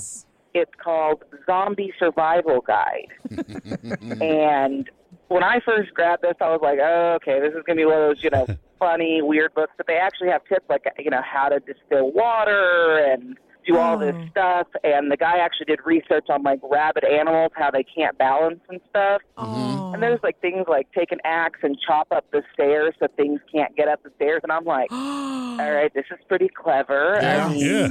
Speaker 11: It's called Zombie Survival Guide. and when I first grabbed this, I was like, oh, okay, this is going to be one of those, you know, funny, weird books. But they actually have tips like, you know, how to distill water and do all this
Speaker 1: Oh.
Speaker 11: stuff. And the guy actually did research on like rabid animals, how they can't balance and stuff.
Speaker 1: Oh.
Speaker 11: And there's like things like take an axe and chop up the stairs so things can't get up the stairs. And I'm like, all right, this is pretty clever.
Speaker 2: Yeah.
Speaker 11: I mean,
Speaker 3: Yeah.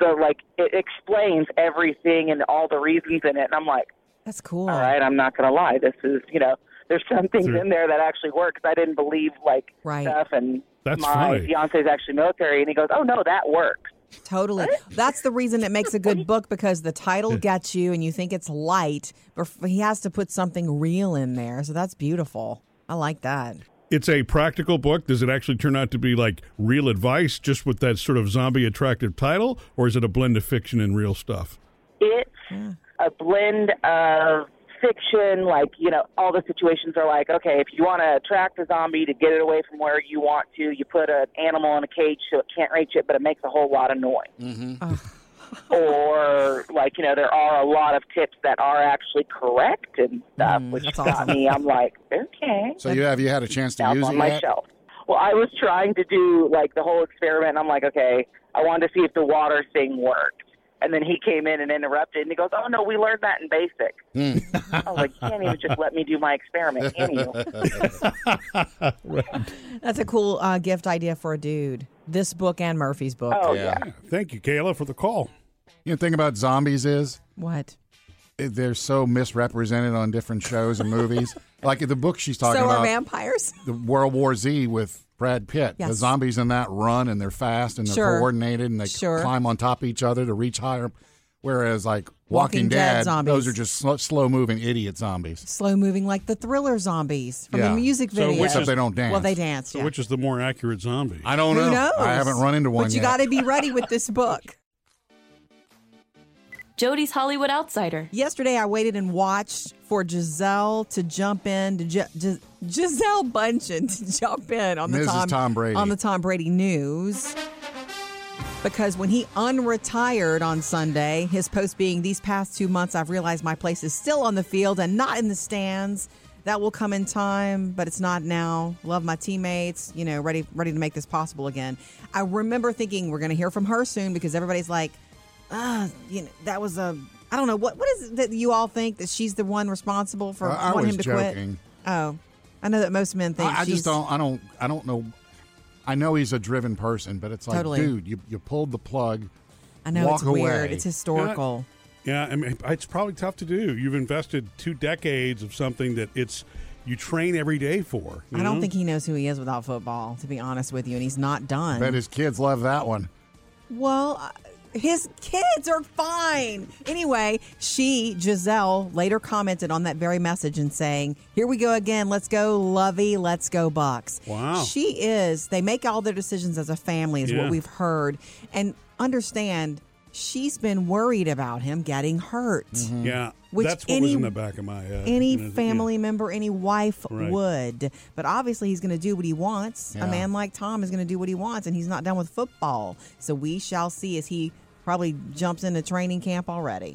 Speaker 11: So like it explains everything and all the reasons in it. And I'm like,
Speaker 1: That's cool.
Speaker 11: all right, I'm not gonna lie. This is you know, there's some things in there that actually work 'cause I didn't believe like
Speaker 1: Right.
Speaker 11: stuff. And
Speaker 3: That's
Speaker 11: my
Speaker 3: funny.
Speaker 11: fiance's actually military, and he goes, oh no, that works.
Speaker 1: Totally. That's the reason it makes a good book because the title gets you and you think it's light, but f- he has to put something real in there. So that's beautiful. I like that.
Speaker 3: It's a practical book. Does it actually turn out to be like real advice just with that sort of zombie attractive title, or is it a blend of fiction and real stuff?
Speaker 11: It's a blend of fiction, like, you know, all the situations are like, okay, if you want to attract a zombie to get it away from where you want to, you put an animal in a cage so it can't reach it, but it makes a whole lot of noise. or, like, you know, there are a lot of tips that are actually correct and stuff, which
Speaker 1: Mm, that's
Speaker 11: got
Speaker 1: awesome.
Speaker 11: me. I'm like, okay
Speaker 2: So you have you had a chance to
Speaker 11: stuff
Speaker 2: use it
Speaker 11: on my
Speaker 2: yet?
Speaker 11: shelf. Well, I was trying to do like the whole experiment. And I'm like, okay, I wanted to see if the water thing worked. And then he came in and interrupted, and he goes, "Oh no, we learned that in basic."
Speaker 2: Hmm.
Speaker 11: I was like, "You can't even just let me do my experiment, can you?"
Speaker 1: That's a cool uh, gift idea for a dude. This book and Murphy's book.
Speaker 11: Oh
Speaker 2: Yeah.
Speaker 11: yeah.
Speaker 3: Thank you, Kayla, for the call.
Speaker 2: You know, the thing about zombies is
Speaker 1: What?
Speaker 2: it- they're so misrepresented on different shows and movies. like the book she's talking
Speaker 1: so are
Speaker 2: about,
Speaker 1: vampires.
Speaker 2: the World War Z with Brad Pitt. The
Speaker 1: Yes.
Speaker 2: zombies in that run and they're fast and they're
Speaker 1: Sure.
Speaker 2: coordinated and they c-
Speaker 1: Sure.
Speaker 2: climb on top of each other to reach higher. Whereas like Walking,
Speaker 1: Walking Dead
Speaker 2: those
Speaker 1: zombies.
Speaker 2: are just sl- slow moving idiot zombies.
Speaker 1: Slow moving like the thriller zombies from
Speaker 2: Yeah.
Speaker 1: the music
Speaker 3: So
Speaker 1: video.
Speaker 3: which
Speaker 2: Except they don't dance.
Speaker 1: Well, they dance.
Speaker 3: So,
Speaker 1: yeah.
Speaker 3: which is the more accurate zombie?
Speaker 2: I don't
Speaker 1: Who
Speaker 2: know.
Speaker 1: knows?
Speaker 2: I haven't run into one
Speaker 1: But you
Speaker 2: yet.
Speaker 1: got to be ready with this book.
Speaker 4: Jody's Hollywood Outsider.
Speaker 1: Yesterday, I waited and watched for Giselle to jump in to Gi- Gi- Giselle Bundchen to jump in on the
Speaker 2: Mrs. Tom Brady.
Speaker 1: on the Tom Brady news because when he unretired on Sunday, his post being these past two months, I've realized my place is still on the field and not in the stands. That will come in time, but it's not now. Love my teammates, you know, ready ready to make this possible again. I remember thinking we're going to hear from her soon because everybody's like, ah, you know, that was a I don't know what what is it that you all think that she's the one responsible for
Speaker 2: I- I
Speaker 1: wanting him
Speaker 2: was
Speaker 1: to
Speaker 2: joking.
Speaker 1: quit. Oh, I know that most men think
Speaker 2: I, I
Speaker 1: she's
Speaker 2: just don't. I don't. I don't know. I know he's a driven person, but it's like,
Speaker 1: Totally.
Speaker 2: dude, you, you pulled the plug.
Speaker 1: I know,
Speaker 2: walk
Speaker 1: it's weird.
Speaker 2: away.
Speaker 1: It's historical.
Speaker 3: Yeah, I mean, it's probably tough to do. You've invested two decades of something that it's you train every day for. you
Speaker 1: I don't
Speaker 12: Mm-hmm.
Speaker 3: know?
Speaker 1: think he knows who he is without football, to be honest with you, and he's not done.
Speaker 2: Bet his kids love that one.
Speaker 1: Well, uh, his kids are fine. Anyway, she, Giselle, later commented on that very message and saying, Here we go again. Let's go, Lovey. Let's go, Bucks.
Speaker 12: Wow.
Speaker 1: She is, they make all their decisions as a family, is
Speaker 12: Yeah.
Speaker 1: what we've heard. And understand, she's been worried about him getting hurt.
Speaker 12: Mm-hmm.
Speaker 3: Yeah,
Speaker 1: Which
Speaker 3: that's what
Speaker 1: any,
Speaker 3: was in the back of my head.
Speaker 1: Any
Speaker 3: You know, yeah.
Speaker 1: family member, any wife
Speaker 3: Right.
Speaker 1: would. But obviously, he's going to do what he wants.
Speaker 3: Yeah.
Speaker 1: A man like Tom is going to do what he wants, and he's not done with football. So we shall see as he probably jumps into training camp already.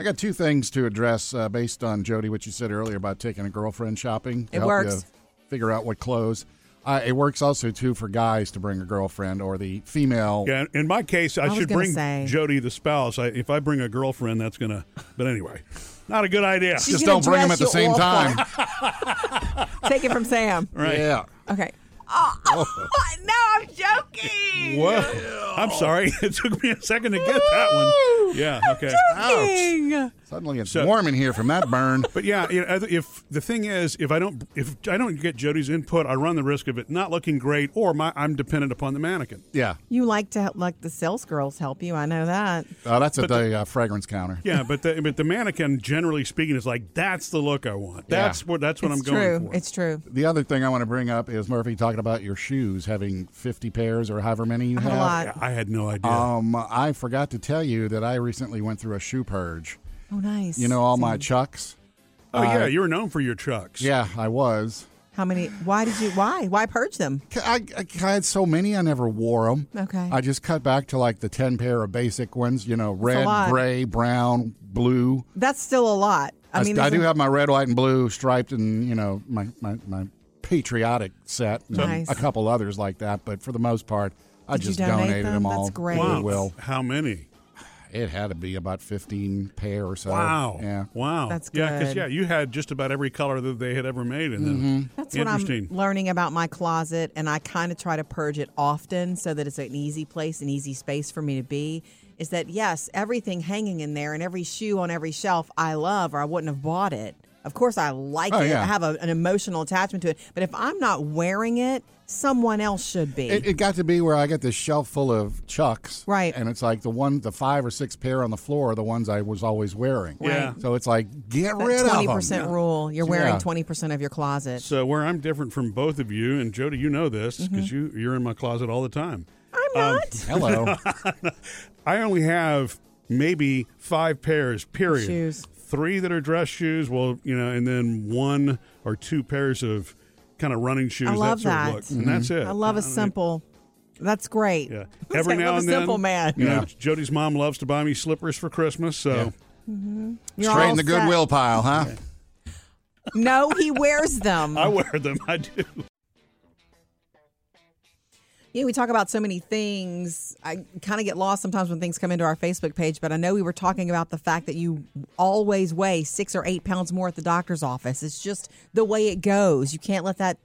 Speaker 2: I got two things to address uh, based on Jody, what you said earlier about taking a girlfriend shopping. to
Speaker 1: It
Speaker 2: help
Speaker 1: works.
Speaker 2: you figure out what clothes. Uh, it works also too for guys to bring a girlfriend or the female.
Speaker 3: Yeah, in my case, I,
Speaker 2: I was
Speaker 3: should
Speaker 2: gonna
Speaker 3: bring
Speaker 2: say-
Speaker 3: Jody the spouse. I, if I bring a girlfriend, that's gonna. But anyway, not a good idea.
Speaker 2: She's Just gonna don't bring 'em dress at the you same awful. time.
Speaker 1: Take it from Sam.
Speaker 3: Right.
Speaker 2: Yeah.
Speaker 1: Okay. no, I'm joking.
Speaker 3: Whoa. I'm sorry. It took me a second to get that one. Yeah. Okay.
Speaker 1: Ouch.
Speaker 2: Suddenly it's warm in here from that burn.
Speaker 3: But yeah, you know, if the thing is, if I don't, if I don't get Jody's input, I run the risk of it not looking great, or my I'm dependent upon the mannequin.
Speaker 2: Yeah.
Speaker 1: You like to help, like the sales girls help you. I know that.
Speaker 2: Oh, that's at the, uh, fragrance counter.
Speaker 3: Yeah, but the, but the mannequin, generally speaking, is like that's the look I want.
Speaker 2: Yeah.
Speaker 3: That's what that's what
Speaker 1: it's
Speaker 3: I'm going
Speaker 1: true.
Speaker 3: for.
Speaker 1: It's true.
Speaker 2: The other thing I want to bring up is Murphy talking about your shoes having 50 pairs or however many you
Speaker 1: I had
Speaker 2: have.
Speaker 1: a lot.
Speaker 3: I had no idea.
Speaker 2: Um, I forgot to tell you that I recently went through a shoe purge.
Speaker 1: Oh, nice.
Speaker 2: You know, all my chucks.
Speaker 3: Oh yeah, you were known for your chucks.
Speaker 2: uh, Yeah, I was.
Speaker 1: How many? Why did you? Why? Why purge them?
Speaker 2: I, I, I had so many, I never wore them.
Speaker 1: Okay.
Speaker 2: I just cut back to like the 10 pair of basic ones, you know,
Speaker 1: a
Speaker 2: red,
Speaker 1: lot.
Speaker 2: gray, brown, blue.
Speaker 1: That's still a lot. I,
Speaker 2: I,
Speaker 1: mean,
Speaker 2: I
Speaker 1: there's
Speaker 2: do
Speaker 1: a-
Speaker 2: have my red, white, and blue striped and, you know, my, my, my patriotic set and
Speaker 1: Nice.
Speaker 2: a couple others like that. But for the most part, I
Speaker 1: Did you
Speaker 2: just
Speaker 1: donate
Speaker 2: donated
Speaker 1: them?
Speaker 2: them
Speaker 1: That's
Speaker 2: all.
Speaker 1: great.
Speaker 2: to
Speaker 1: Wow.
Speaker 2: Goodwill.
Speaker 3: How many?
Speaker 2: It had to be about 15 pair or so.
Speaker 3: Wow.
Speaker 2: Yeah.
Speaker 3: Wow.
Speaker 1: That's
Speaker 3: Yeah, because
Speaker 1: good.
Speaker 3: yeah, you had just about every color that they had ever made in
Speaker 2: Mhm.
Speaker 3: them.
Speaker 1: That's what I'm
Speaker 3: Interesting.
Speaker 1: learning about my closet, and I kind of try to purge it often so that it's an easy place, an easy space for me to be. Is that yes, everything hanging in there and every shoe on every shelf I love, or I wouldn't have bought it. Of course, I like
Speaker 2: Oh,
Speaker 1: it.
Speaker 2: yeah.
Speaker 1: I have a, an emotional attachment to it. But if I'm not wearing it, someone else should be.
Speaker 2: It, it got to be where I got this shelf full of chucks.
Speaker 1: Right.
Speaker 2: And it's like the one, the five or six pair on the floor are the ones I was always wearing.
Speaker 3: Yeah.
Speaker 2: So it's like, get rid of
Speaker 1: that
Speaker 2: them.
Speaker 1: 20% rule. You're
Speaker 2: Yeah.
Speaker 1: wearing 20% of your closet.
Speaker 3: So where I'm different from both of you, and Jody, you know this
Speaker 1: Mm-hmm.
Speaker 3: because you you're in my closet all the time.
Speaker 1: I'm
Speaker 3: not.
Speaker 2: Hello.
Speaker 3: I only have maybe five pairs. Period.
Speaker 1: Shoes.
Speaker 3: Three that are dress shoes. Well, you know, and then one or two pairs of kind of running shoes.
Speaker 1: I love
Speaker 3: that.
Speaker 1: that.
Speaker 3: Sort
Speaker 1: Mm-hmm.
Speaker 3: Of look. And that's it.
Speaker 1: I love a
Speaker 3: mean,
Speaker 1: simple. That's great.
Speaker 3: Yeah.
Speaker 1: I
Speaker 3: Every now
Speaker 1: love
Speaker 3: and
Speaker 1: a
Speaker 3: then,
Speaker 1: simple man.
Speaker 3: You know, Jody's mom loves to buy me slippers for Christmas. So.
Speaker 1: Mhm. You're
Speaker 2: Straight
Speaker 1: all
Speaker 2: in the
Speaker 1: set.
Speaker 2: Goodwill pile, huh?
Speaker 1: No, he wears them.
Speaker 3: I wear them. I do.
Speaker 1: You know, we talk about so many things. I kind of get lost sometimes when things come into our Facebook page, but I know we were talking about the fact that you always weigh six or eight pounds more at the doctor's office. It's just the way it goes. You can't let that,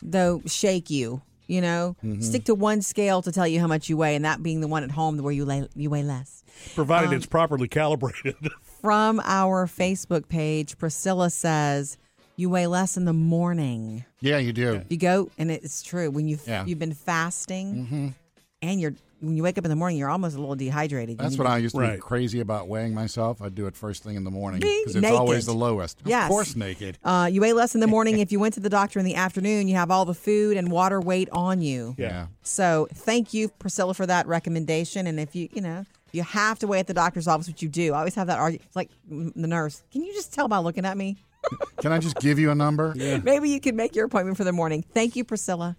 Speaker 1: though, shake you. You know,
Speaker 3: Mhm.
Speaker 1: stick to one scale to tell you how much you weigh, and that being the one at home where you, lay, you weigh less.
Speaker 3: Provided
Speaker 1: Um,
Speaker 3: it's properly calibrated.
Speaker 1: From our Facebook page, Priscilla says, You weigh less in the morning.
Speaker 2: Yeah, you do.
Speaker 1: You go, and it's true. When you've
Speaker 2: Yeah. Mm-hmm.
Speaker 1: you've been fasting, and you're when you wake up in the morning, you're almost a little dehydrated. You
Speaker 2: That's
Speaker 1: need
Speaker 2: what
Speaker 1: to-
Speaker 2: I used to be crazy about weighing myself. I'd do it first thing in the morning
Speaker 1: Bing,
Speaker 2: because it's
Speaker 1: naked.
Speaker 2: always the lowest.
Speaker 1: Yes.
Speaker 2: Of course, naked.
Speaker 1: Uh, you weigh less in the morning. if you went to the doctor in the afternoon, you have all the food and water weight on you.
Speaker 2: Yeah.
Speaker 1: So thank you, Priscilla, for that recommendation. And if you you know you have to weigh at the doctor's office, which you do, I always have that argument. It's like mm, the nurse. Can you just tell by looking at me?
Speaker 2: Can I just give you a number?
Speaker 1: Maybe you could make your appointment for the morning. Thank you, Priscilla.